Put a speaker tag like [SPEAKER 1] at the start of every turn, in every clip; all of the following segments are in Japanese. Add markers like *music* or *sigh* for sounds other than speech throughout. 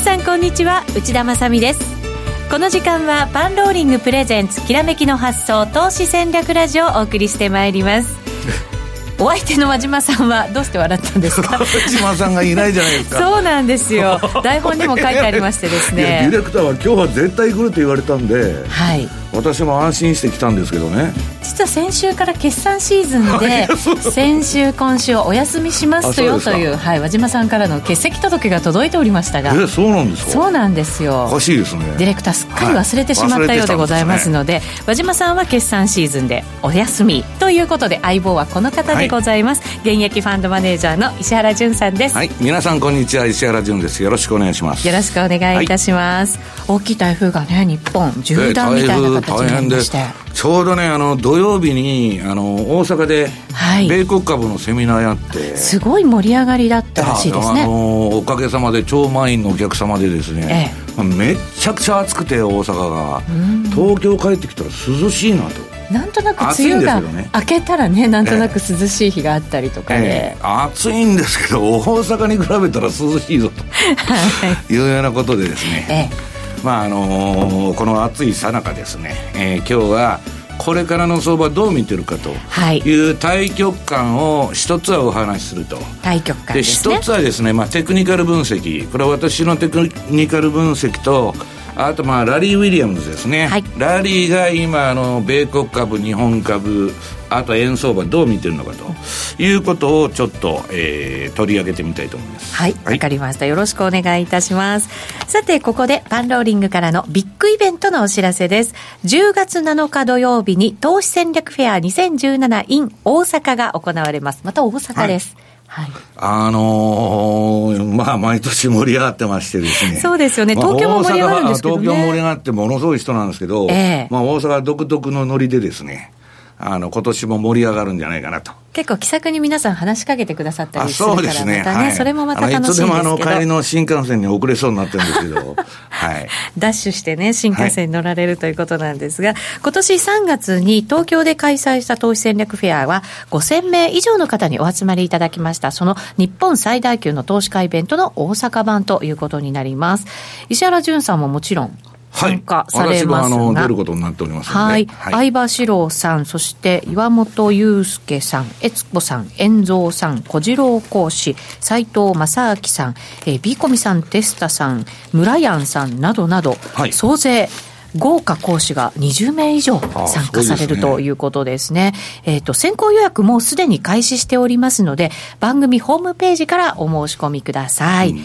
[SPEAKER 1] さんこんにちは内田まさみですこの時間はパンローリングプレゼンツきらめきの発想投資戦略ラジオをお送りしてまいります
[SPEAKER 2] *laughs*
[SPEAKER 1] お相手の和島さんはどうして笑ったん *laughs* ですか
[SPEAKER 2] 島さんがいないじゃないですか
[SPEAKER 1] そうなんですよ台本にも書いてありましてです
[SPEAKER 2] いやディ
[SPEAKER 1] ね
[SPEAKER 2] レクターは今日は絶対来ると言われたんで
[SPEAKER 1] はい
[SPEAKER 2] 私も安心して来たんですけどね
[SPEAKER 1] 実は先週から決算シーズンで先週今週はお休みしますよ
[SPEAKER 2] あそ
[SPEAKER 1] と
[SPEAKER 2] うです
[SPEAKER 1] い
[SPEAKER 2] か
[SPEAKER 1] う、はい、和島さんからの欠席届が届いておりましたが
[SPEAKER 2] えそうなんです
[SPEAKER 1] そ
[SPEAKER 2] か
[SPEAKER 1] うなんです
[SPEAKER 2] お
[SPEAKER 1] よ
[SPEAKER 2] かしいですね
[SPEAKER 1] ディレクターすっかり忘れてしまったようでございますので和島さんは決算シーズンでお休みということで相棒はこの方でございます、現役ファンドマネージャーの石原潤さんです、
[SPEAKER 2] はい皆さんこんにちは石原潤ですよろしくお願いします
[SPEAKER 1] よろしくお願いいたします、大きい台風がね日本縦断みたいな形になりまして、
[SPEAKER 2] えー台風大変でちょうどねあの土曜日にあの大阪で
[SPEAKER 1] はい
[SPEAKER 2] 米国株のセミナーやって、
[SPEAKER 1] すごい盛り上がりだったらしいです
[SPEAKER 2] あ
[SPEAKER 1] ね
[SPEAKER 2] のおかげさまで超満員のお客様でですね、めっちゃくちゃ暑くて大阪が東京帰ってきたら涼しいなと
[SPEAKER 1] なんとなく
[SPEAKER 2] 暑
[SPEAKER 1] 梅
[SPEAKER 2] いん
[SPEAKER 1] 雨
[SPEAKER 2] です
[SPEAKER 1] が
[SPEAKER 2] けどね
[SPEAKER 1] 明けたらねなんとなく涼しい日があったりとか
[SPEAKER 2] え
[SPEAKER 1] で、
[SPEAKER 2] え暑いんですけど大阪に比べたら涼しいぞというようなことでですね、
[SPEAKER 1] *laughs* ええ
[SPEAKER 2] まああのーこの暑いさなかですね、えー今日はこれからの相場どう見てるかと
[SPEAKER 1] はい
[SPEAKER 2] いう対局観を一つはお話しすると。
[SPEAKER 1] 対局観
[SPEAKER 2] で
[SPEAKER 1] ですね
[SPEAKER 2] 一つはですね、まあ、テクニカル分析これは私のテクニカル分析とあとまあラリー・ウィリアムズですね、
[SPEAKER 1] はい
[SPEAKER 2] ラリーが今あの米国株日本株あと円相場どう見てるのかということをちょっと、えー取り上げてみたいと思います
[SPEAKER 1] はい、わ、かりました。よろしくお願いいたします。さて、ここでパンローリングからのビッグイベントのお知らせです。10月7日土曜日に投資戦略フェア2017 in 大阪が行われます。また大阪です。はい。
[SPEAKER 2] あのーまあ、毎年盛り上がってましてですね。
[SPEAKER 1] そうですよね
[SPEAKER 2] まあ
[SPEAKER 1] 東京も盛り上がるんですけどね
[SPEAKER 2] 大阪は東京も盛り上がってものすごい人なんですけど、
[SPEAKER 1] ええ
[SPEAKER 2] まあ、大阪独特のノリでですね、あの、今年も盛り上がるんじゃないかなと。
[SPEAKER 1] 結構気さくに皆さん話しかけてくださった
[SPEAKER 2] あ
[SPEAKER 1] りする
[SPEAKER 2] そ
[SPEAKER 1] か
[SPEAKER 2] うで
[SPEAKER 1] ら、
[SPEAKER 2] すね。
[SPEAKER 1] またね、
[SPEAKER 2] はい
[SPEAKER 1] それもまた楽しいん
[SPEAKER 2] あの
[SPEAKER 1] ですけ
[SPEAKER 2] いつでもあの、帰り
[SPEAKER 1] ど。
[SPEAKER 2] の新幹線に遅れそうになってるんですけ
[SPEAKER 1] *laughs*
[SPEAKER 2] ど、はい。
[SPEAKER 1] ダッシュしてね、新幹線に乗られるということなんですが、今年3月に東京で開催した投資戦略フェアは、5000名以上の方にお集まりいただきました、その日本最大級の投資家イベントの大阪版ということになります。石原淳さんももちろん参加され
[SPEAKER 2] 私も
[SPEAKER 1] ま
[SPEAKER 2] あ
[SPEAKER 1] すが、
[SPEAKER 2] の、出ることになっておりますので。
[SPEAKER 1] はい、相葉史郎さん、そして岩本裕介さん、悦子さん、遠蔵さん、小次郎講師、斉藤正明さん、えー、ビーコミさん、テスタさん、村やんさんなどなど、
[SPEAKER 2] はい
[SPEAKER 1] 総勢豪華講師が20名以上
[SPEAKER 2] あ
[SPEAKER 1] 参加され
[SPEAKER 2] そうです
[SPEAKER 1] る
[SPEAKER 2] ね
[SPEAKER 1] ということですね。えっ、と、先行予約もうすでに開始しておりますので、番組ホームページからお申し込みください。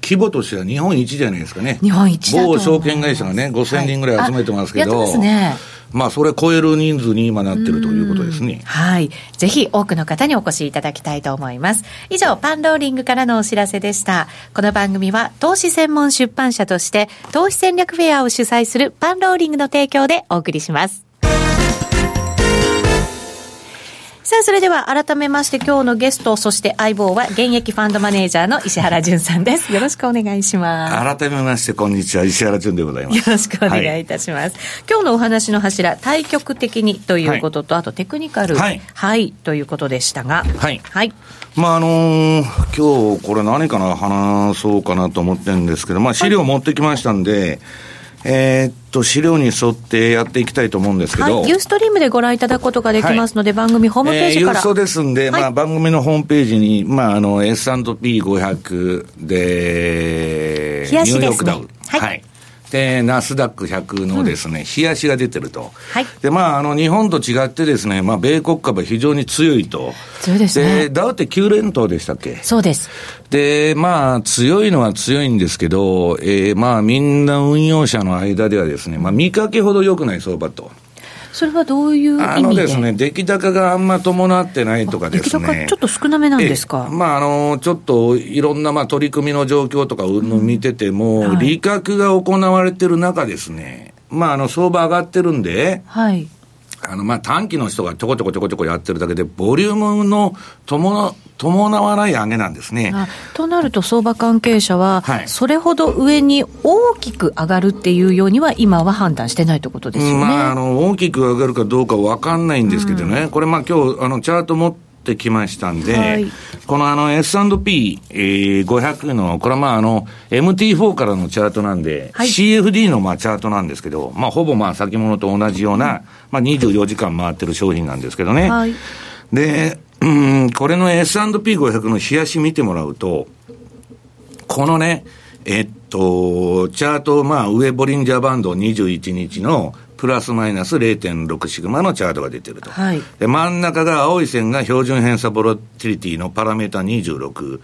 [SPEAKER 2] 規模としては日本一じゃないですかね。
[SPEAKER 1] 日本一だと思い
[SPEAKER 2] 某
[SPEAKER 1] ます
[SPEAKER 2] 証券会社がね、5000人ぐらい集めてますけど。
[SPEAKER 1] はいあやってますね
[SPEAKER 2] まあ、それ超える人数に今なってるということですね。
[SPEAKER 1] はい。ぜひ多くの方にお越しいただきたいと思います。以上、パンローリングからのお知らせでした。この番組は投資専門出版社として投資戦略フェアを主催するパンローリングの提供でお送りします。さあ、それでは改めまして今日のゲスト、そして相棒は現役ファンドマネージャーの石原淳さんです。よろしくお願いします。
[SPEAKER 2] 改めまして、こんにちは。石原淳でございます。
[SPEAKER 1] よろしくお願いい
[SPEAKER 2] は
[SPEAKER 1] たします。今日のお話の柱、対局的にということと、あとテクニカル、は
[SPEAKER 2] はいい、
[SPEAKER 1] ということでしたが、
[SPEAKER 2] はいまあ、あのー今日これ何から話そうかなと思ってるんですけど、まあ、資料持ってきましたんで、えーっと、資料に沿ってやっていきたいと思うんですけど、
[SPEAKER 1] はいユーストリームでご覧いただくことができますので、番組ホームページ
[SPEAKER 2] えー
[SPEAKER 1] か
[SPEAKER 2] 郵
[SPEAKER 1] ら。
[SPEAKER 2] 送ですんで、
[SPEAKER 1] はい
[SPEAKER 2] まあ、番組のホームページに、まあ、あの、S&P500 で、
[SPEAKER 1] 冷やしですね
[SPEAKER 2] ニューヨークダウ。
[SPEAKER 1] はい
[SPEAKER 2] で、ナスダック100のですね、冷やしが出てると。
[SPEAKER 1] はい
[SPEAKER 2] で、まあ、あの、日本と違ってですね、まあ、米国株は非常に強いと。
[SPEAKER 1] 強いですね
[SPEAKER 2] で、ダウって9連投でしたっけ
[SPEAKER 1] そうです。
[SPEAKER 2] で、まあ、強いのは強いんですけど、えーまあ、みんな運用者の間ではですね、まあ、見かけほど良くない相場と。
[SPEAKER 1] それはどういう意味で
[SPEAKER 2] あのですね、出来高があんま伴ってないとかですね。
[SPEAKER 1] 出来高ちょっと少なめなんですか
[SPEAKER 2] ええまあ、あの、ちょっと、いろんな、まあ、取り組みの状況とか、うんぬん見てても、
[SPEAKER 1] はい
[SPEAKER 2] 利確が行われてる中ですね、まあ、あの、相場上がってるんで、
[SPEAKER 1] はい。
[SPEAKER 2] あの、まあ、短期の人がちょこちょこちょこちょこやってるだけで、ボリュームの伴、伴わない上げなんですね。
[SPEAKER 1] あとなると、相場関係者は、
[SPEAKER 2] はい
[SPEAKER 1] それほど上に大きく上がるっていうようには、今は判断してないということですよね。
[SPEAKER 2] まあ、あの、大きく上がるかどうかわかんないんですけどね、これ、まあ、今日、あの、チャート持って、ってきましたんで、はい、このあの S&P500、えー、の、これはまああの、MT4 からのチャートなんで、はい、CFD のまあチャートなんですけど、まあほぼまあ先物と同じような、うん、まあ24時間回ってる商品なんですけどね。はい、で、うん、これの S&P500 の冷やし見てもらうと、このね、えっと、チャート、まあ、上ボリンジャーバンド21日のプラスマイナス0.6シグマのチャートが出てると、はい、で真ん中が青い線が標準偏差ボラティリティのパラメータ26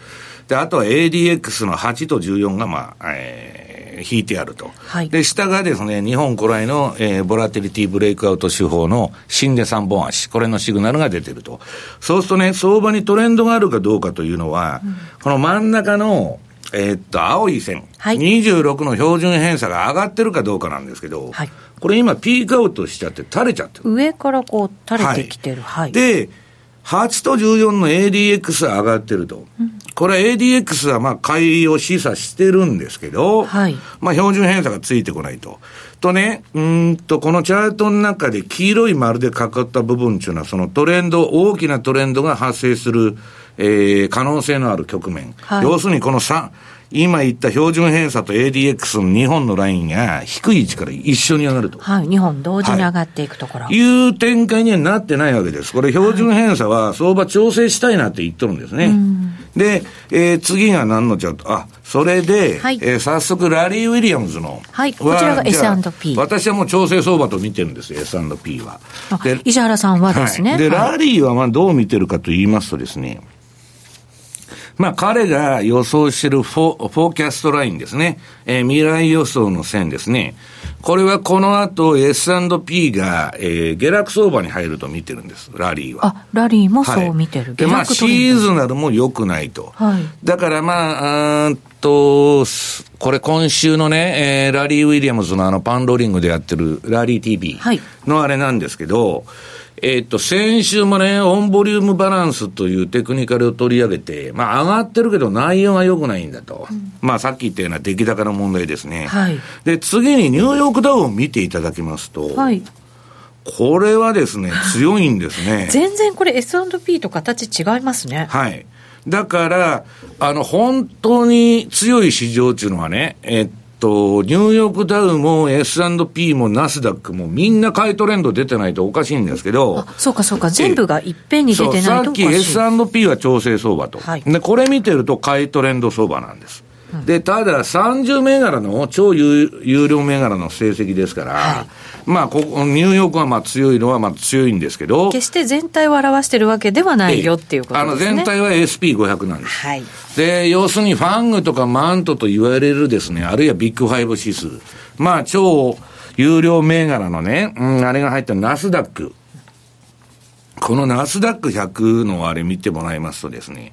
[SPEAKER 2] であとは ADX の8と14が、まあえー、引いてあると、はい、で下がですね日本古来の、えー、ボラティリティブレイクアウト手法の新で3本足これのシグナルが出てるとそうするとね相場にトレンドがあるかどうかというのは、うん、この真ん中のえっと、青い線、はい、26の標準偏差が上がってるかどうかなんですけど、はい、これ今、ピークアウトしちゃって、垂れちゃってる。
[SPEAKER 1] 上からこう、垂れてきてる。はい、
[SPEAKER 2] で、8と14の ADX は上がってると。うん、これ ADX はまあ、買いを示唆してるんですけど、はい、まあ、標準偏差がついてこないと。とね、うんと、このチャートの中で黄色い丸で囲った部分っていうのは、そのトレンド、大きなトレンドが発生する、えー、可能性のある局面。はい、要するにこの3、今言った標準偏差と ADX の2本のラインが低い位置から一緒に上がると。、
[SPEAKER 1] はい、2本同時に上がっていくところ。はい
[SPEAKER 2] いう展開にはなってないわけです。これ標準偏差は相場調整したいなって言っとるんですね。はい、で、えー、次が何のチャートあ、それで、はい、えー、早速ラリー・ウィリアムズの。
[SPEAKER 1] はい、こちらが S&P。
[SPEAKER 2] 私はもう調整相場と見てるんですよ、S&P は。、
[SPEAKER 1] で、石原さんはですね。はい
[SPEAKER 2] で、ラリーはまあどう見てるかと言いますとですね、まあ、彼が予想しているフォフォーキャストラインですね、えー、未来予想の線ですね。これはこの後 S&P が、えー、下落相場に入ると見てるんです、ラリーは。
[SPEAKER 1] あ、ラリーもそう見てる。はい、
[SPEAKER 2] で、まあ、シーズナルも良くないと。はい、だからまあ、あと、これ今週のね、えー、ラリー・ウィリアムズのあのパンローリングでやってるラリー TV のあれなんですけど、はいえっと、先週もね、オンボリュームバランスというテクニカルを取り上げて、まあ上がってるけど内容が良くないんだと。うん、まあさっき言ったような出来高の問題ですね。はい、で、次にニューヨークダウを見ていただきますと、はい、これはですね、強いんです *laughs* ね。
[SPEAKER 1] 全然これ S&P と形違いますね。
[SPEAKER 2] はい。だから、あの、本当に強い市場っていうのはね、えっとと、ニューヨークダウも S&P もナスダックもみんな買いトレンド出てないとおかしいんですけど。
[SPEAKER 1] そうかそうか、全部がいっぺんに出てないと
[SPEAKER 2] さっき S&P は調整相場と。はい、で、これ見てると買いトレンド相場なんです。うん、で、ただ30銘柄の超有有料銘柄の成績ですから、はい、まあここ、ニューヨークはまあ強いのはまあ強いんですけど。
[SPEAKER 1] 決して全体を表してるわけではないよっていうことですね。あの
[SPEAKER 2] 全体は SP500 なんです。はい。で、要するにファングとかマントと言われるですね、あるいはビッグファイブ指数。まあ、超有料銘柄のね、うん、あれが入ったナスダック。このナスダック100のあれ見てもらいますとですね、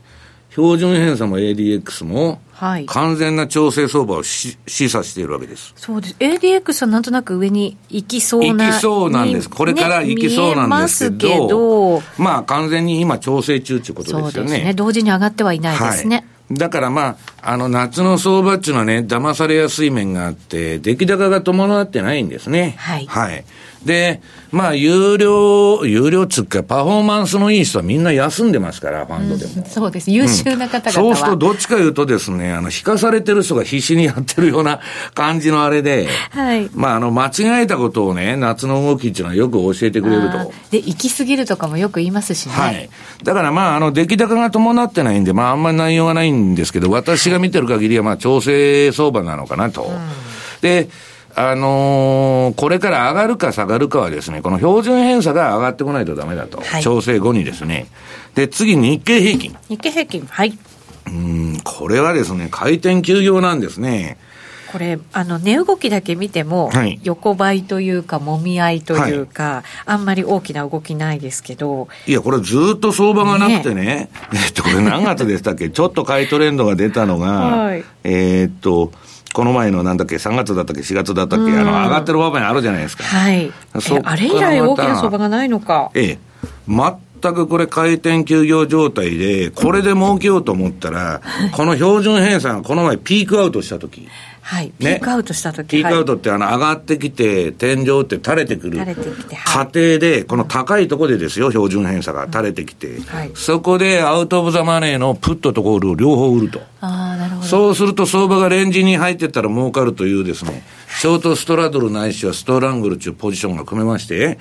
[SPEAKER 2] 標準偏差も ADX も、完全な調整相場をし、はい、示唆しているわけです。
[SPEAKER 1] そうです。ADX はなんとなく上に行きそうな。
[SPEAKER 2] 行きそうなんです。これから行きそうなんですけど、ね、ま,けどまあ完全に今調整中ということですよね。そうですね。、
[SPEAKER 1] 同時に上がってはいないですね。はい
[SPEAKER 2] だからまあ、あの夏の相場っていうのはね、騙されやすい面があって、出来高が伴ってないんですね。はい。はい。で、まあ、有料、有料つうか、パフォーマンスのいい人はみんな休んでますから、ファンドでも。
[SPEAKER 1] うん、そうです。優秀な方々
[SPEAKER 2] は、うん、そうすると、どっちかいうとですね、あの、引かされてる人が必死にやってるような *laughs* 感じのあれで、はい。まあ、あの、間違えたことをね、夏の動きっていうのはよく教えてくれると。。
[SPEAKER 1] で、行き過ぎるとかもよく言いますしね。はい
[SPEAKER 2] だからまあ、あの、出来高が伴ってないんで、まあ、あんまり内容がないんですけど、私が見てる限りは、まあ、調整相場なのかなと。うん、で、あのー、これから上がるか下がるかはですね、この標準偏差が上がってこないとだめだと、はい、調整後にですね。で、次、日経平均。
[SPEAKER 1] 日経平均、はい。
[SPEAKER 2] うん、これはですね、回転休業なんですね。
[SPEAKER 1] これ、あの、値動きだけ見ても、はい、横ばいというか、もみ合いというか、はい、あんまり大きな動きないですけど。
[SPEAKER 2] いや、これずっと相場がなくてね、ねえっと、これ何月でしたっけ *laughs* ちょっと買いトレンドが出たのが、はい、えっと、この前のなんだっけ、3月だったっけ、4月だったっけ、あの、上がってる場面あるじゃないですか。
[SPEAKER 1] はい。あれ以来大きな相場がないのか。
[SPEAKER 2] ええ。全くこれ回転休業状態で、これで儲けようと思ったら、この標準偏差がこの前ピークアウトした時。
[SPEAKER 1] はい、ピークアウトした時、ね、
[SPEAKER 2] ピークアウトってあの上がってきて、天井って垂れてくる。
[SPEAKER 1] 垂れてきて。
[SPEAKER 2] 過程で、この高いところでですよ、標準偏差が垂れてきて、うんはい、そこでアウト・オブ・ザ・マネーのプットとゴールを両方売ると。
[SPEAKER 1] ああ、なるほど。
[SPEAKER 2] そうすると相場がレンジに入ってったら儲かるというですね、ショートストラドルないしはストラングルというポジションが組めまして、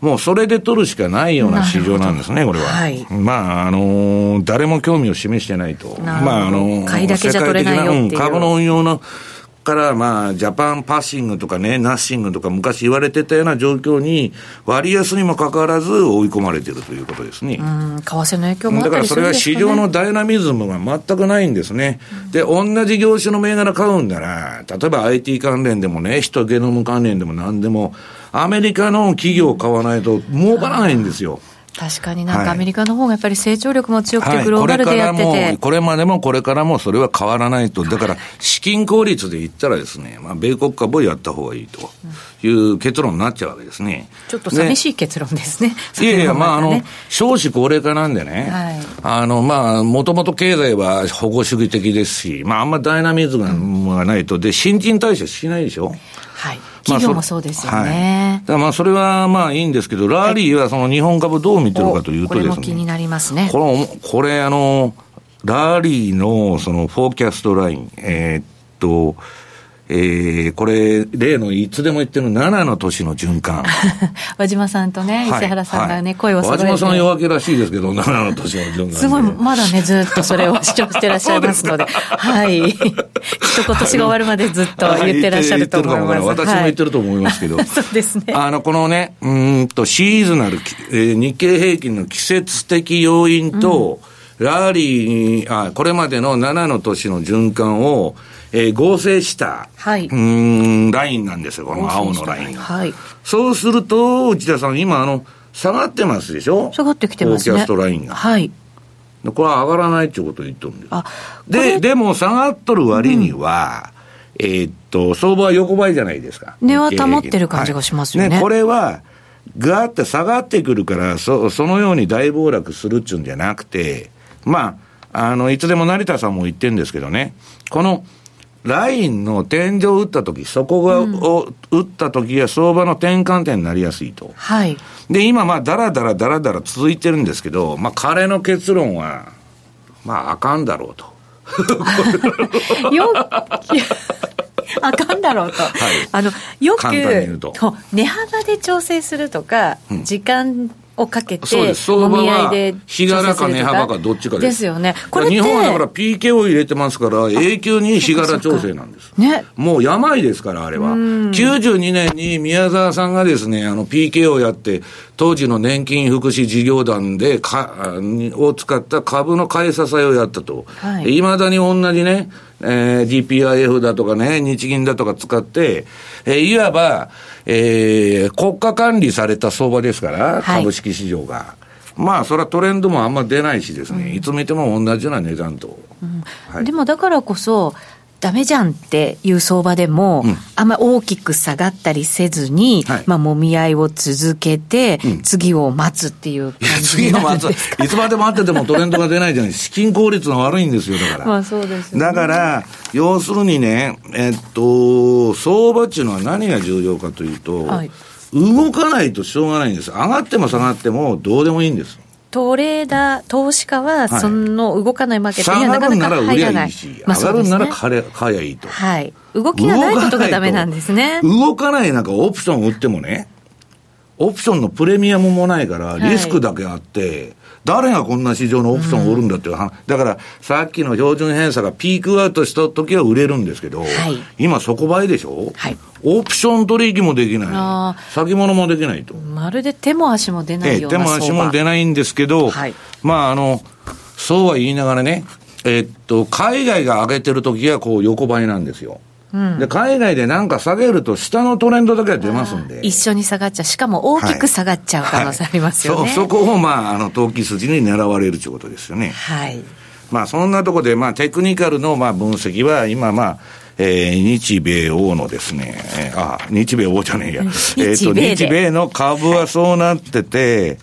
[SPEAKER 2] もうそれで取るしかないような市場なんですね、これは。はい、まあ、あのー、誰も興味を示してないと。まあ、あのー、
[SPEAKER 1] 買いだけじゃ取れないよっていう、うん、、
[SPEAKER 2] 株の運用の、から、まあ、ジャパンパッシングとかね、ナッシングとか昔言われてたような状況に、割安にもかかわらず追い込まれてるということですね。う
[SPEAKER 1] 為
[SPEAKER 2] ん
[SPEAKER 1] 替の影響も、ね、
[SPEAKER 2] だからそれは市場のダイナミズムが全くないんですね。うん、で、同じ業種の銘柄買うんなら、例えば IT 関連でもね、ヒトゲノム関連でも何でも、アメリカの企業を買わないと儲からないんですよ。
[SPEAKER 1] 確かになんかアメリカの方がやっぱり成長力も強くて、グローバルでやってて、はい
[SPEAKER 2] はい、これまでもこれからもそれは変わらないと、だから資金効率で言ったらですね、まあ、米国株をやった方がいいという結論になっちゃうわけですね。
[SPEAKER 1] ちょっと寂しい結論ですね。
[SPEAKER 2] いやいや、まあ、あの、少子高齢化なんでね、はい、あの、まあ、もともと経済は保護主義的ですし、まあ、あんまダイナミズムがないと、で、新陳代謝しないでしょ。
[SPEAKER 1] はい。企業もそうですよね。
[SPEAKER 2] まあ、はい、まあそれはまあいいんですけど、ラーリーはその日本株どう見てるかというとですね。
[SPEAKER 1] これも気になりますね。
[SPEAKER 2] この、これあの、ラーリーのそのフォーキャストライン、えー、っと、えー、これ、例のいつでも言ってる7の年の循環。
[SPEAKER 1] *laughs* 和島さんとね、石原さんがね、はいはい、声を
[SPEAKER 2] 和島さん弱気らしいですけど、7の年の循環、
[SPEAKER 1] すごい、まだね、ずっとそれを主張してらっしゃいますので、ではい。
[SPEAKER 2] *laughs*
[SPEAKER 1] きっと今年が終わるまでずっと言ってらっしゃると思います。
[SPEAKER 2] 私も言ってると思いますけど。はい、
[SPEAKER 1] *laughs* そうですね。
[SPEAKER 2] あの、このね、うんと、シーズナル、えー、日経平均の季節的要因と、うん、ラーリーあ、これまでの7の年の循環を、えー、合成した、はい、うんラインなんですよ、この青のラインが。はい、そうすると、内田さん、今あの、下がってますでしょ
[SPEAKER 1] 下がってきてますね。
[SPEAKER 2] キャストラインが。
[SPEAKER 1] はい。
[SPEAKER 2] これは上がらないってことを言ってるんです。あで、でも下がっとる割には、うん、えー、っと、相場は横ばいじゃないですか。
[SPEAKER 1] 値は保ってる感じがしますよね。はい、
[SPEAKER 2] ねこれは、ガーって下がってくるから、そ、そのように大暴落するっちゅうんじゃなくて、まあ、あの、いつでも成田さんも言ってるんですけどね、この、ラインの天井を打ったとき、そこが、うん、を打ったときは相場の転換点になりやすいと。
[SPEAKER 1] はい。
[SPEAKER 2] で、今、まあ、だらだらだらだら続いてるんですけど、まあ、彼の結論は、まあ、あかんだろうと。 *laughs*
[SPEAKER 1] よあかんだろうと、はい、あのよく値幅で調整するとか、うん、時間をかけて、
[SPEAKER 2] そうです相場は日柄か値幅かどっちかです。
[SPEAKER 1] ですよね。
[SPEAKER 2] これ日本はだから PK を入れてますから、永久に日柄調整なんです。
[SPEAKER 1] ね。
[SPEAKER 2] もう病ですから、あれは。92年に宮沢さんがですね、あの PK をやって、当時の年金福祉事業団でか、を使った株の買い支えをやったと。い、まだに同じね、えー、GPIF だとかね、日銀だとか使って、えー、いわば、えー、国家管理された相場ですから、はい、株式市場が。まあ、それはトレンドもあんま出ないしですね、うん、いつ見ても同じような値段と。
[SPEAKER 1] うんはい、でもだからこそ、ダメじゃんっていう相場でも、うん、あんま大きく下がったりせずに、はい、まあ、もみ合いを続けて、うん、次を待つっていう感じになるんですか
[SPEAKER 2] 次を待つ。いつまで待っててもトレンドが出ないじゃない資金効率が悪いんですよ、だから。
[SPEAKER 1] *laughs* まあそうです、ね、
[SPEAKER 2] だから、要するにね、えっと、相場っていうのは何が重要かというと、はい、動かないとしょうがないんです。上がっても下がってもどうでもいいんです。
[SPEAKER 1] トレーダー、投資家は、その動かないマーケットには
[SPEAKER 2] なかなか
[SPEAKER 1] 入
[SPEAKER 2] らない。上がるなら買えばいいと。
[SPEAKER 1] はい。動きがないことがダメなんですね。
[SPEAKER 2] 動かないなんかオプション売ってもね、オプションのプレミアムもないから、リスクだけあって、誰がこんな市場のオプションを売るんだっていう話、うん、だからさっきの標準偏差がピークアウトした時は売れるんですけど、はい、今そこ倍でしょ、
[SPEAKER 1] はい、
[SPEAKER 2] オプション取引もできない、先物もできないと。
[SPEAKER 1] まるで手も足も出ないような、
[SPEAKER 2] ええ、手も足も出ないんですけど、はい、まああの、そうは言いながらね、えっと、海外が上げてる時はこう横ばいなんですよ。うん、で海外でなんか下げると、下のトレンドだけは出ますんで。
[SPEAKER 1] 一緒に下がっちゃう、しかも大きく下がっちゃう可能性ありますよね。
[SPEAKER 2] はいはい、そそこを、まあ、あの投機筋に狙われるということですよね。
[SPEAKER 1] はい、
[SPEAKER 2] まあ、そんなところで、まあ、テクニカルの、まあ、分析は、今、まあ、えー、日米欧のですね、
[SPEAKER 1] *laughs*
[SPEAKER 2] あ、日米欧じゃねえや。えっ、と、日米の株はそうなってて、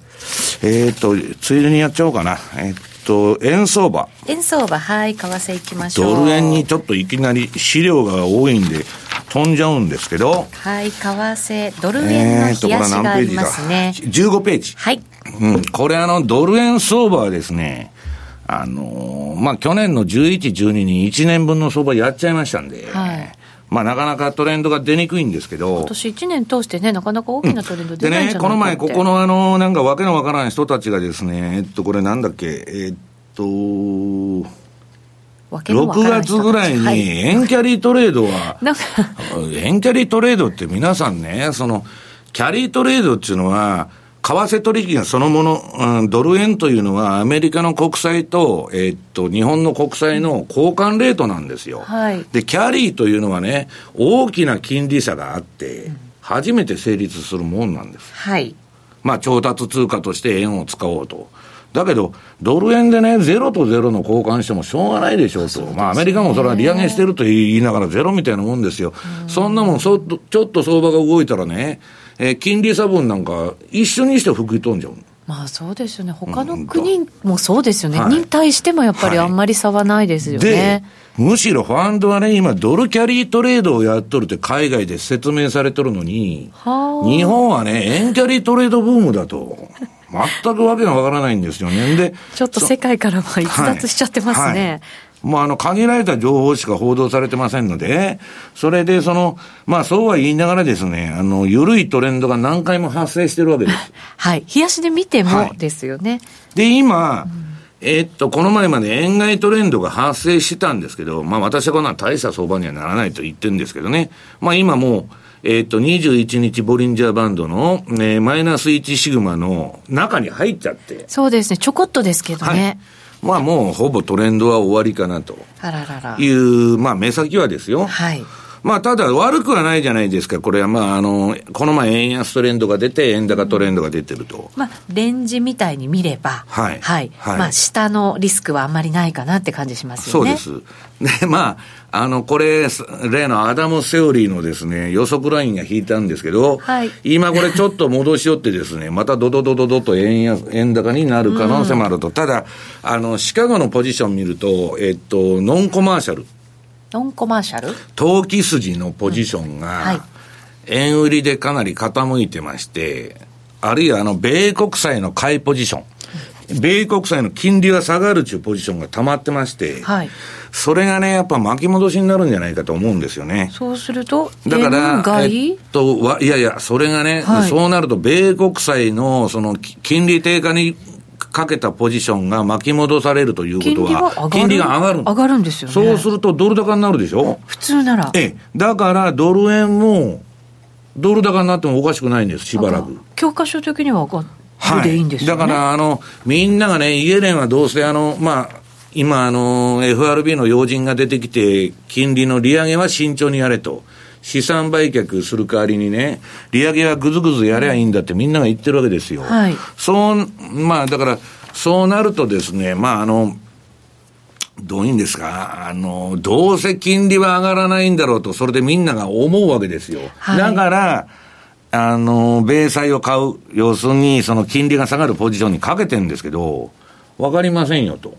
[SPEAKER 2] えっ、ー、と、ついでにやっちゃおうかな。えっ、ー、と、円相場。
[SPEAKER 1] 円相場、はい、為替いきましょ
[SPEAKER 2] う。ドル円にちょっといきなり資料が多いんで、飛んじゃうんですけど。
[SPEAKER 1] はい、為替、ドル円の冷やしがありますね。
[SPEAKER 2] えー、15ページ。
[SPEAKER 1] はい。
[SPEAKER 2] うん、これあの、ドル円相場はですね、あのー、まあ、去年の11、12に1年分の相場やっちゃいましたんで、はい、まあ、なかなかトレンドが出にくいんですけど。
[SPEAKER 1] 今年1年通してね、なかなか大きなトレンド出ない
[SPEAKER 2] んじゃないか、うん、でね、この前、ここのあの、なんかわけのわからない人たちがですね、えっと、これなんだっけ、えっと、6月ぐらいに、円キャリートレードは、 *laughs* 円キャリートレードって皆さんね、その、キャリートレードっていうのは、為替取引がそのもの、うん、ドル円というのはアメリカの国債と、えー、っと、日本の国債の交換レートなんですよ。
[SPEAKER 1] はい、
[SPEAKER 2] で、キャリーというのはね、大きな金利差があって、初めて成立するもんなんです。
[SPEAKER 1] はい。
[SPEAKER 2] まあ、調達通貨として円を使おうと。だけど、ドル円でね、ゼロとゼロの交換してもしょうがないでしょうと。うね、まあ、アメリカもそれは利上げしてると言いながらゼロみたいなもんですよ。そんなもん、そ、ちょっと相場が動いたらね、えー、金利差分なんか一緒にして吹き飛んじゃう。
[SPEAKER 1] まあそうですよね、他の国もそうですよね、うんはい、に対してもやっぱりあんまり差はないですよね。
[SPEAKER 2] はい、むしろファンドはね、今、ドルキャリートレードをやっとるって海外で説明されてるのに、日本はね、円キャリートレードブームだと。全くわけがわからないんですよね。 *laughs* で、
[SPEAKER 1] ちょっと世界からは逸脱しちゃってますね。
[SPEAKER 2] もうあの、限られた情報しか報道されてませんので、それでその、まあそうは言いながらですね、あの、緩いトレンドが何回も発生してるわけです。、
[SPEAKER 1] *laughs* はい。冷やしで見てもですよね。はい
[SPEAKER 2] で、今、うん、えー、っと、この前まで円買いトレンドが発生してたんですけど、まあ私はこんな大した相場にはならないと言ってるんですけどね。まあ今もう、えっ、ー、と、21日ボリンジャーバンドの、ね、マイナス1シグマの中に入っちゃって。
[SPEAKER 1] そうですね、ちょこっとですけどね。
[SPEAKER 2] はい、まあもうほぼトレンドは終わりかなという、
[SPEAKER 1] あららら
[SPEAKER 2] まあ目先はですよ。
[SPEAKER 1] はい。
[SPEAKER 2] まあただ悪くはないじゃないですか、これはまああの、この前円安トレンドが出て、円高トレンドが出てると。
[SPEAKER 1] まあレンジみたいに見れば、
[SPEAKER 2] はい。
[SPEAKER 1] はい。はい、まあ下のリスクはあんまりないかなって感じしますよ
[SPEAKER 2] ね。そうです *laughs* 。で、まあ、あの、これ、例のアダム・セオリーのですね、予測ラインが引いたんですけど、
[SPEAKER 1] はい、
[SPEAKER 2] 今これちょっと戻し寄ってですね、またドドドドドと円安、円高になる可能性もあると。うん、ただ、あの、シカゴのポジション見ると、えっと、ノンコマーシャル。
[SPEAKER 1] ノンコマーシャル
[SPEAKER 2] 投機筋のポジションが、円売りでかなり傾いてまして、あるいはあの、米国債の買いポジション。米国債の金利が下がるというポジションが溜まってまして、
[SPEAKER 1] はい、
[SPEAKER 2] それがね、やっぱ巻き戻しになるんじゃないかと思うんですよね。
[SPEAKER 1] そうすると、
[SPEAKER 2] だから、えっと、いやいや、それがね、はい、そうなると、米国債のその金利低下にかけたポジションが巻き戻されるということは、金利が上がる
[SPEAKER 1] 上がるんですよ、ね、
[SPEAKER 2] そうすると、ドル高になるでしょ。
[SPEAKER 1] 普通なら。
[SPEAKER 2] ええ、だから、ドル円も、ドル高になってもおかしくないんです、しばらく。
[SPEAKER 1] 教科書的には、
[SPEAKER 2] はい
[SPEAKER 1] いいね、
[SPEAKER 2] だから、あの、みんながね、イエレンはどうせ、あの、まあ、今、あの、FRB の要人が出てきて、金利の利上げは慎重にやれと。資産売却する代わりにね、利上げはぐずぐずやりゃいいんだってみんなが言ってるわけですよ。
[SPEAKER 1] はい、
[SPEAKER 2] そう、まあ、だから、そうなるとですね、まあ、あの、どういうんですかあの、どうせ金利は上がらないんだろうと、それでみんなが思うわけですよ。はい、だから、あの、米債を買う、要するに、その金利が下がるポジションにかけてるんですけど、わかりませんよと。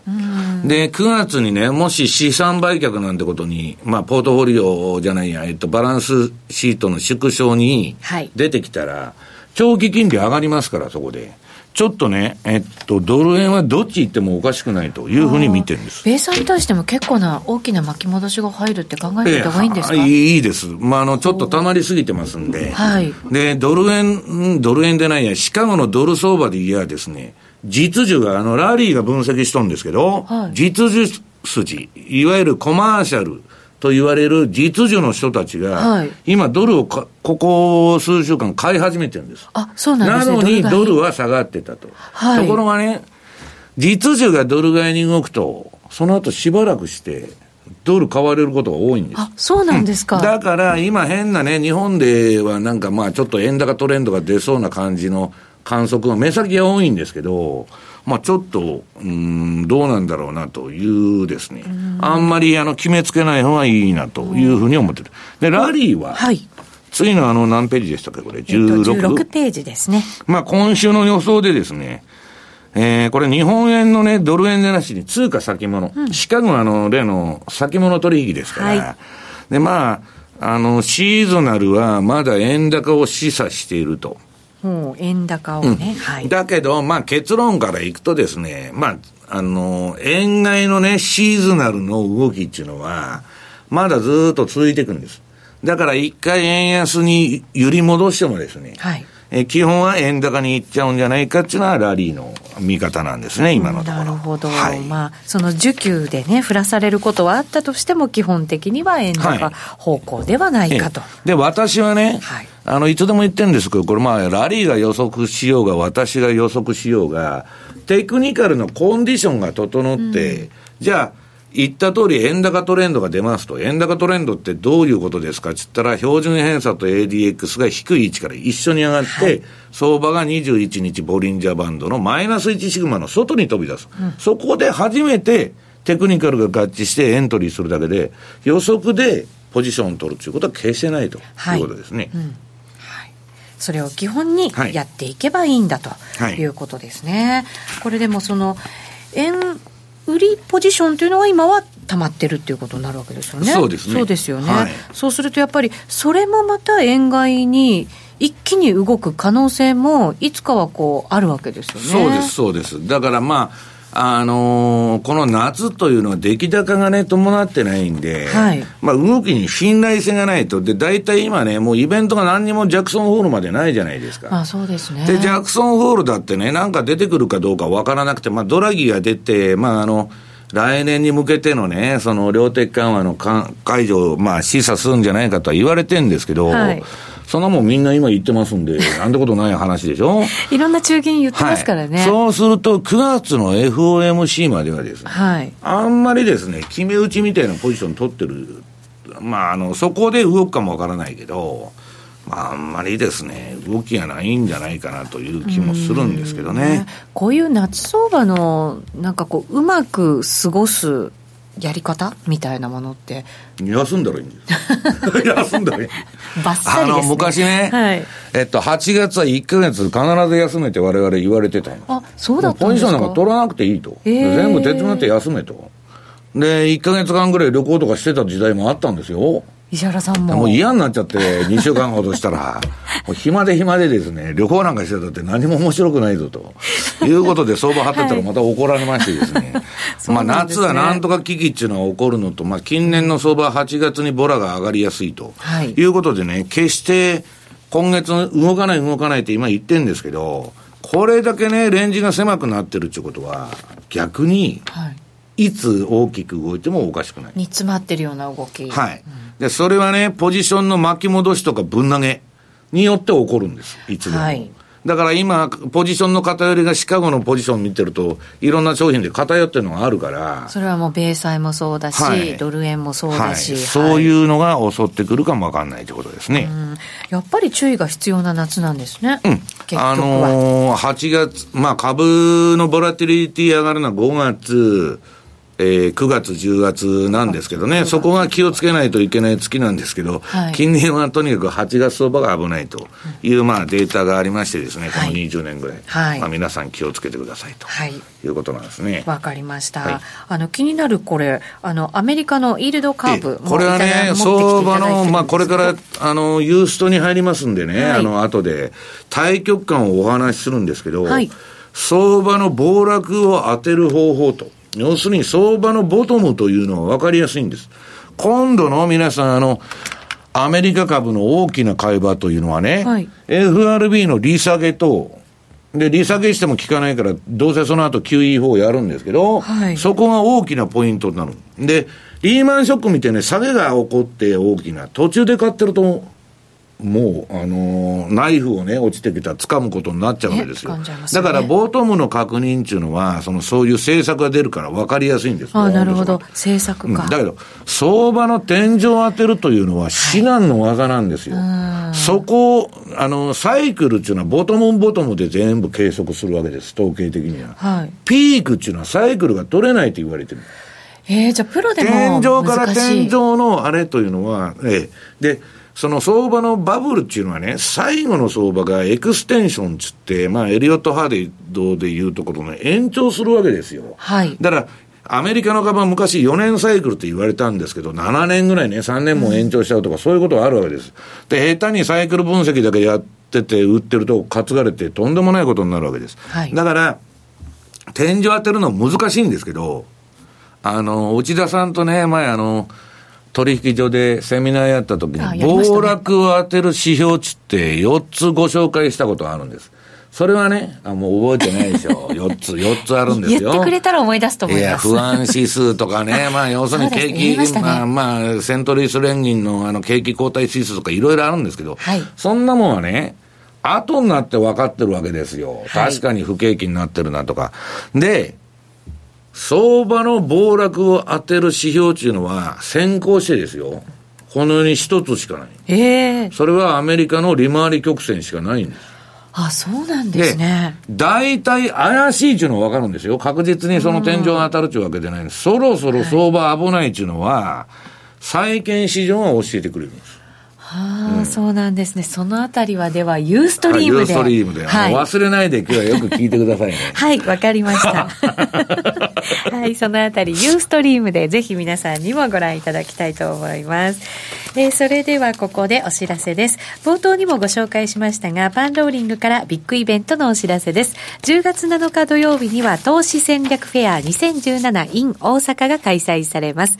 [SPEAKER 2] で、9月にね、もし資産売却なんてことに、まあ、ポートフォリオじゃないや、えっと、バランスシートの縮小に出てきたら、はい、長期金利上がりますから、そこで。ちょっとね、えっと、ドル円はどっち行ってもおかしくないというふうに見てるんです。
[SPEAKER 1] 米債に対しても結構な大きな巻き戻しが入るって考えておいた方がいいんですか、え
[SPEAKER 2] ー、いいです。まあ、あの、ちょっと溜まりすぎてますんで。
[SPEAKER 1] はい。
[SPEAKER 2] で、ドル円、ドル円でないや、シカゴのドル相場で言えばですね、実需が、あの、ラリーが分析しとんですけど、
[SPEAKER 1] はい、
[SPEAKER 2] 実需筋、いわゆるコマーシャル、と言われる実需の人たちが、
[SPEAKER 1] はい、
[SPEAKER 2] 今、ドルをここ数週間買い始めてるんです。
[SPEAKER 1] あそうなんです、ね、
[SPEAKER 2] なのにドルは下がってたと、。
[SPEAKER 1] はい
[SPEAKER 2] ところがね、実需がドル買いに動くと、その後しばらくして、ドル買われることが多いんです。
[SPEAKER 1] あそうなんですか。うん、
[SPEAKER 2] だから今変なね、日本ではなんかまあちょっと円高トレンドが出そうな感じの観測が目先が多いんですけど、まあ、ちょっと、うん、どうなんだろうなというですね、んあんまりあの決めつけない方がいいなというふうに思ってる。で、ラリーは、
[SPEAKER 1] はい、
[SPEAKER 2] 次のあの何ページでしたっけ、これ、16,
[SPEAKER 1] 16ページですね。
[SPEAKER 2] まあ、今週の予想でですね、えー、これ日本円のね、ドル円でなしに通貨先物、うん、シカゴのあの、例の先物取引ですから、はい、で、まあ、あの、シーズナルはまだ円高を示唆していると。
[SPEAKER 1] もう円高をね、うん、はい。
[SPEAKER 2] だけど、まあ結論からいくとですね、まあ、あの、円買いのね、シーズナルの動きっていうのは、まだずっと続いていくんです。だから一回円安に揺り戻してもですね、はい。え基本は円高にいっちゃうんじゃないかっていうのはラリーの見方なんですね、今のとこ、
[SPEAKER 1] ろ。なるほど、はい、まあ、その需給でね、振らされることはあったとしても、基本的には円高方向ではないかと。はい
[SPEAKER 2] で、私はね、はい、あのいつでも言ってるんですけど、これ、まあ、ラリーが予測しようが、私が予測しようが、テクニカルのコンディションが整って、うん、じゃあ、言った通り円高トレンドが出ますと、円高トレンドってどういうことですかって言ったら、標準偏差と ADX が低い位置から一緒に上がって、はい、相場が21日ボリンジャーバンドのマイナス1シグマの外に飛び出す。うん、そこで初めてテクニカルが合致してエントリーするだけで、予測でポジションを取るということは決してないということですね。
[SPEAKER 1] はいうんそれを基本にやっていけばいいんだということですね。はい、これでもその円売りポジションというのは今は溜まってるっていうことになるわけですよね。
[SPEAKER 2] そうですね。
[SPEAKER 1] そうですよね。はい、そうするとやっぱりそれもまた円買いに一気に動く可能性もいつかはこうあるわけですよね。
[SPEAKER 2] そうですそうです。だからまあ。あのー、この夏というのは出来高がね、伴ってないんで、はい、まあ動きに信頼性がないと。で、大体今ね、もうイベントが何にもジャクソンホールまでないじゃないですか。
[SPEAKER 1] まあそうですね。
[SPEAKER 2] で、ジャクソンホールだってね、なんか出てくるかどうかわからなくて、まあドラギが出て、まああの、来年に向けてのね、その量的緩和の解除を、まあ示唆するんじゃないかとは言われてんですけど、はいそんなもんみんな今言ってますんで、なんてことない話でしょ、
[SPEAKER 1] いろんな中銀言ってますからね、はい
[SPEAKER 2] そうすると、9月の FOMC まではですね、はい、あんまりですね、決め打ちみたいなポジション取ってる、まあ、あの、そこで動くかもわからないけど、まあ、あんまりですね、動きがないんじゃないかなという気もするんですけどね。
[SPEAKER 1] うこういう夏相場の、なんかこう、うまく過ごすやり方みたいなものって。
[SPEAKER 2] 休んだらいいんです。 *laughs* 休んだらいい。
[SPEAKER 1] バッサリ、ね、
[SPEAKER 2] あの、昔ね、はい、えっと、8月は1か月必ず休めて我々言われてた
[SPEAKER 1] あ、そうだった
[SPEAKER 2] んですかポジションなんか取らなくていいと。えー、全部手詰まって休めと。で、1か月間ぐらい旅行とかしてた時代もあったんですよ。
[SPEAKER 1] 石原さんも。
[SPEAKER 2] もう嫌になっちゃって、2週 *laughs* 間ほどしたら、もう暇で暇でですね、旅行なんかしてたって何も面白くないぞと。いうことで、相場張ってたらまた怒られましてですね。 *laughs* はい、まあ、夏はなんとか危機っていうのは起こるのと、まあ、近年の相場は8月にボラが上がりやすいと。はい、いうことでね、決して今月動かない動かないって今言ってるんですけど、これだけね、レンジが狭くなってるっていうことは、逆に、はいいつ大きく動いてもおかしくない。
[SPEAKER 1] 煮詰まってるような動き。
[SPEAKER 2] はい。で、それはね、ポジションの巻き戻しとかぶん投げによって起こるんです。いつでも。はい、だから今、ポジションの偏りがシカゴのポジション見てると、いろんな商品で偏ってるのがあるから。、
[SPEAKER 1] それはもう米債もそうだし、はい、ドル円もそうだし、はい
[SPEAKER 2] そういうのが襲ってくるかもわかんないということですね。
[SPEAKER 1] やっぱり注意が必要な夏なんですね。
[SPEAKER 2] うん。あのー、8月、まあ株のボラティリティ上がるのは5月、えー、9月、10月なんですけどね、そこは気をつけないといけない月なんですけど、はい、近年はとにかく8月相場が危ないという、まあ、データがありましてですね、はい、この20年ぐらい、はい、まあ、皆さん気をつけてくださいと、はい、いうことなんですね。
[SPEAKER 1] わかりました、あの気になるこれあの、アメリカのイールドカーブ、
[SPEAKER 2] これはね、相場の、まあ、これからあのユーストに入りますんでね、あの後で、対局観をお話しするんですけど、相場の暴落を当てる方法と。要するに相場のボトムというのは分かりやすいんです。今度の皆さん、あの、アメリカ株の大きな買い場というのはね、はい、FRB の利下げと、で、利下げしても効かないから、どうせその後 QE4 やるんですけど、はい、そこが大きなポイントになる。で、リーマンショックみたいに下げが起こって大きな、途中で買ってると、もう、あのー、ナイフをね、落ちてきたら掴むことになっちゃうわけですよ。ね、だから、ボトムの確認っていうのは、その、そういう政策が出るから分かりやすいんです
[SPEAKER 1] ああ、なるほど。政策か、
[SPEAKER 2] うん、だけど、相場の天井を当てるというのは、至難の技なんですよ。はい、そこを、あの、サイクルっていうのは、ボトムボトムで全部計測するわけです、統計的には。はい、ピークっていうのは、サイクルが取れないと言われてる。
[SPEAKER 1] ええー、じゃあ、プロでも
[SPEAKER 2] 天井から天井のあれというのは、ええー、で、その相場のバブルっていうのはね、最後の相場がエクステンションつって、まあ、エリオット・ハーディドでいうところの延長するわけですよ。
[SPEAKER 1] はい。
[SPEAKER 2] だから、アメリカの株は昔4年サイクルって言われたんですけど、7年ぐらいね、3年も延長しちゃうとか、そういうことがあるわけです。で、下手にサイクル分析だけやってて、売ってると担がれて、とんでもないことになるわけです。
[SPEAKER 1] はい、
[SPEAKER 2] だから、天井当てるの難しいんですけど、あの、内田さんとね、前あの、取引所でセミナーやった時に、暴落を当てる指標値って4つご紹介したことがあるんです。それはね、あもう覚えてないでしょ。4つ、4つあるんですよ。
[SPEAKER 1] 言ってくれたら思い出すと思います。いや、
[SPEAKER 2] 不安指数とか
[SPEAKER 1] *laughs*
[SPEAKER 2] ね、まあ、要するに景気、
[SPEAKER 1] ま,ね、
[SPEAKER 2] まあ、まあ、セントリース連銀のあの、景気後退指数とかいろいろあるんですけど、
[SPEAKER 1] はい、
[SPEAKER 2] そんなもんはね、後になって分かってるわけですよ。確かに不景気になってるなとか。はい、で、相場の暴落を当てる指標っていうのは先行してですよ。この世に一つしかない。
[SPEAKER 1] ええー、
[SPEAKER 2] それはアメリカの利回り曲線しかないんです。
[SPEAKER 1] あ、そうなんですね。
[SPEAKER 2] 大体怪しいっていうのは分かるんですよ。確実にその天井が当たるっていうわけじゃないんです。そろそろ相場危ないっていうのは、債券市場が教えてくれるんです。
[SPEAKER 1] はあ、うん、そうなんですね。そのあたりは、では、ユーストリームで。
[SPEAKER 2] ユーストリームで。はい、忘れないで、今日はよく聞いてください
[SPEAKER 1] *laughs*
[SPEAKER 2] ね。
[SPEAKER 1] はい、わかりました。はい、そのあたり、ユーストリームで、ぜひ皆さんにもご覧いただきたいと思います。えー、それでは、ここでお知らせです。冒頭にもご紹介しましたが、パンローリングからビッグイベントのお知らせです。10月7日土曜日には、投資戦略フェア2017 in 大阪が開催されます。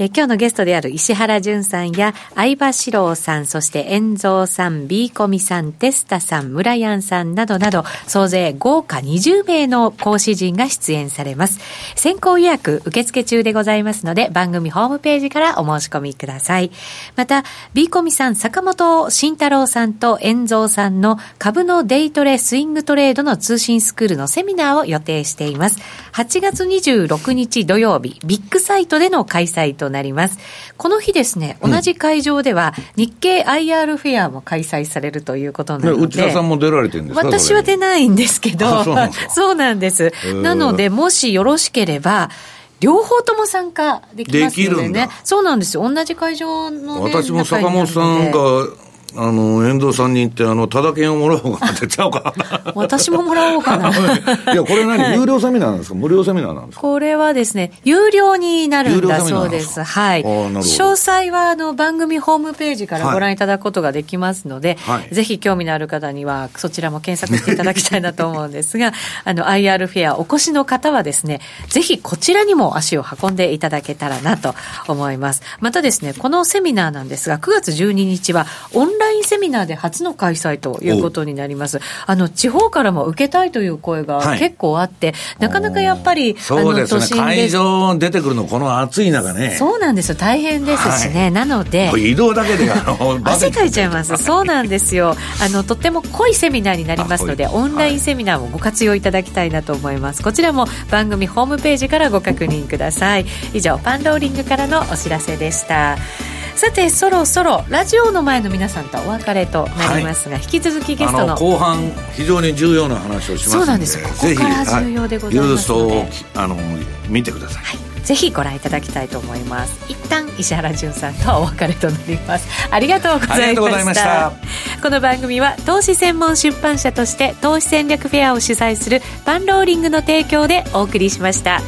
[SPEAKER 1] え今日のゲストである石原淳さんや相場志郎さん、そして遠蔵さん、B コミさん、テスタさん、ムラヤンさんなどなど、総勢豪華20名の講師陣が出演されます。先行予約受付中でございますので、番組ホームページからお申し込みください。また、B コミさん、坂本慎太郎さんと遠蔵さんの株のデイトレスイングトレードの通信スクールのセミナーを予定しています。8月26日土曜日、ビッグサイトでの開催となります。この日ですね、同じ会場では、日経 IR フェアも開催されるということなので。
[SPEAKER 2] 内田さんも出られてるんです
[SPEAKER 1] 私は出ないんですけど、 *laughs* そうなんです。なので、もしよろしければ、両方とも参加できますのでね。そうなんですよ。同じ会場の、
[SPEAKER 2] 私も坂本さんが、あの、遠藤さんに行って、あの、ただ券をもらおうかなってちゃうか
[SPEAKER 1] *laughs* 私ももらおう
[SPEAKER 2] *laughs*
[SPEAKER 1] かな
[SPEAKER 2] いや、これ何、はい、有料セミナーなんですか無料セミナーなんですか
[SPEAKER 1] これはですね、有料になるんだそうです。はい。詳細は、あの、番組ホームページからご覧いただくことができますので、はい、ぜひ興味のある方には、そちらも検索していただきたいなと思うんですが、 *laughs* あの、IR フェアお越しの方はですね、ぜひこちらにも足を運んでいただけたらなと思います。またですね、このセミナーなんですが、9月12日は、オンオンラインセミナーで初の開催ということになります。あの、地方からも受けたいという声が結構あって、はい、なかなかやっぱり、
[SPEAKER 2] そうですね、会場出てくるの、この暑い中ね。
[SPEAKER 1] そうなんですよ、大変ですしね。はい、なので、
[SPEAKER 2] 移動だけで、あ
[SPEAKER 1] *laughs*
[SPEAKER 2] の、
[SPEAKER 1] 汗かいちゃいます。そうなんですよ。あの、とっても濃いセミナーになりますので、オンラインセミナーもご活用いただきたいなと思います。こちらも番組ホームページからご確認ください。以上、パンローリングからのお知らせでした。さてそろそろラジオの前の皆さんとお別れとなりますが、はい、引き続きゲストの
[SPEAKER 2] 後半非常に重要な話をします
[SPEAKER 1] そうなんですここから重要でございますので、はい、、
[SPEAKER 2] あの見てください、はい
[SPEAKER 1] ぜひご覧いただきたいと思います一旦石原潤さんとお別れとなりますありがとうございましたこの番組は投資専門出版社として投資戦略フェアを主催するパンローリングの提供でお送りしました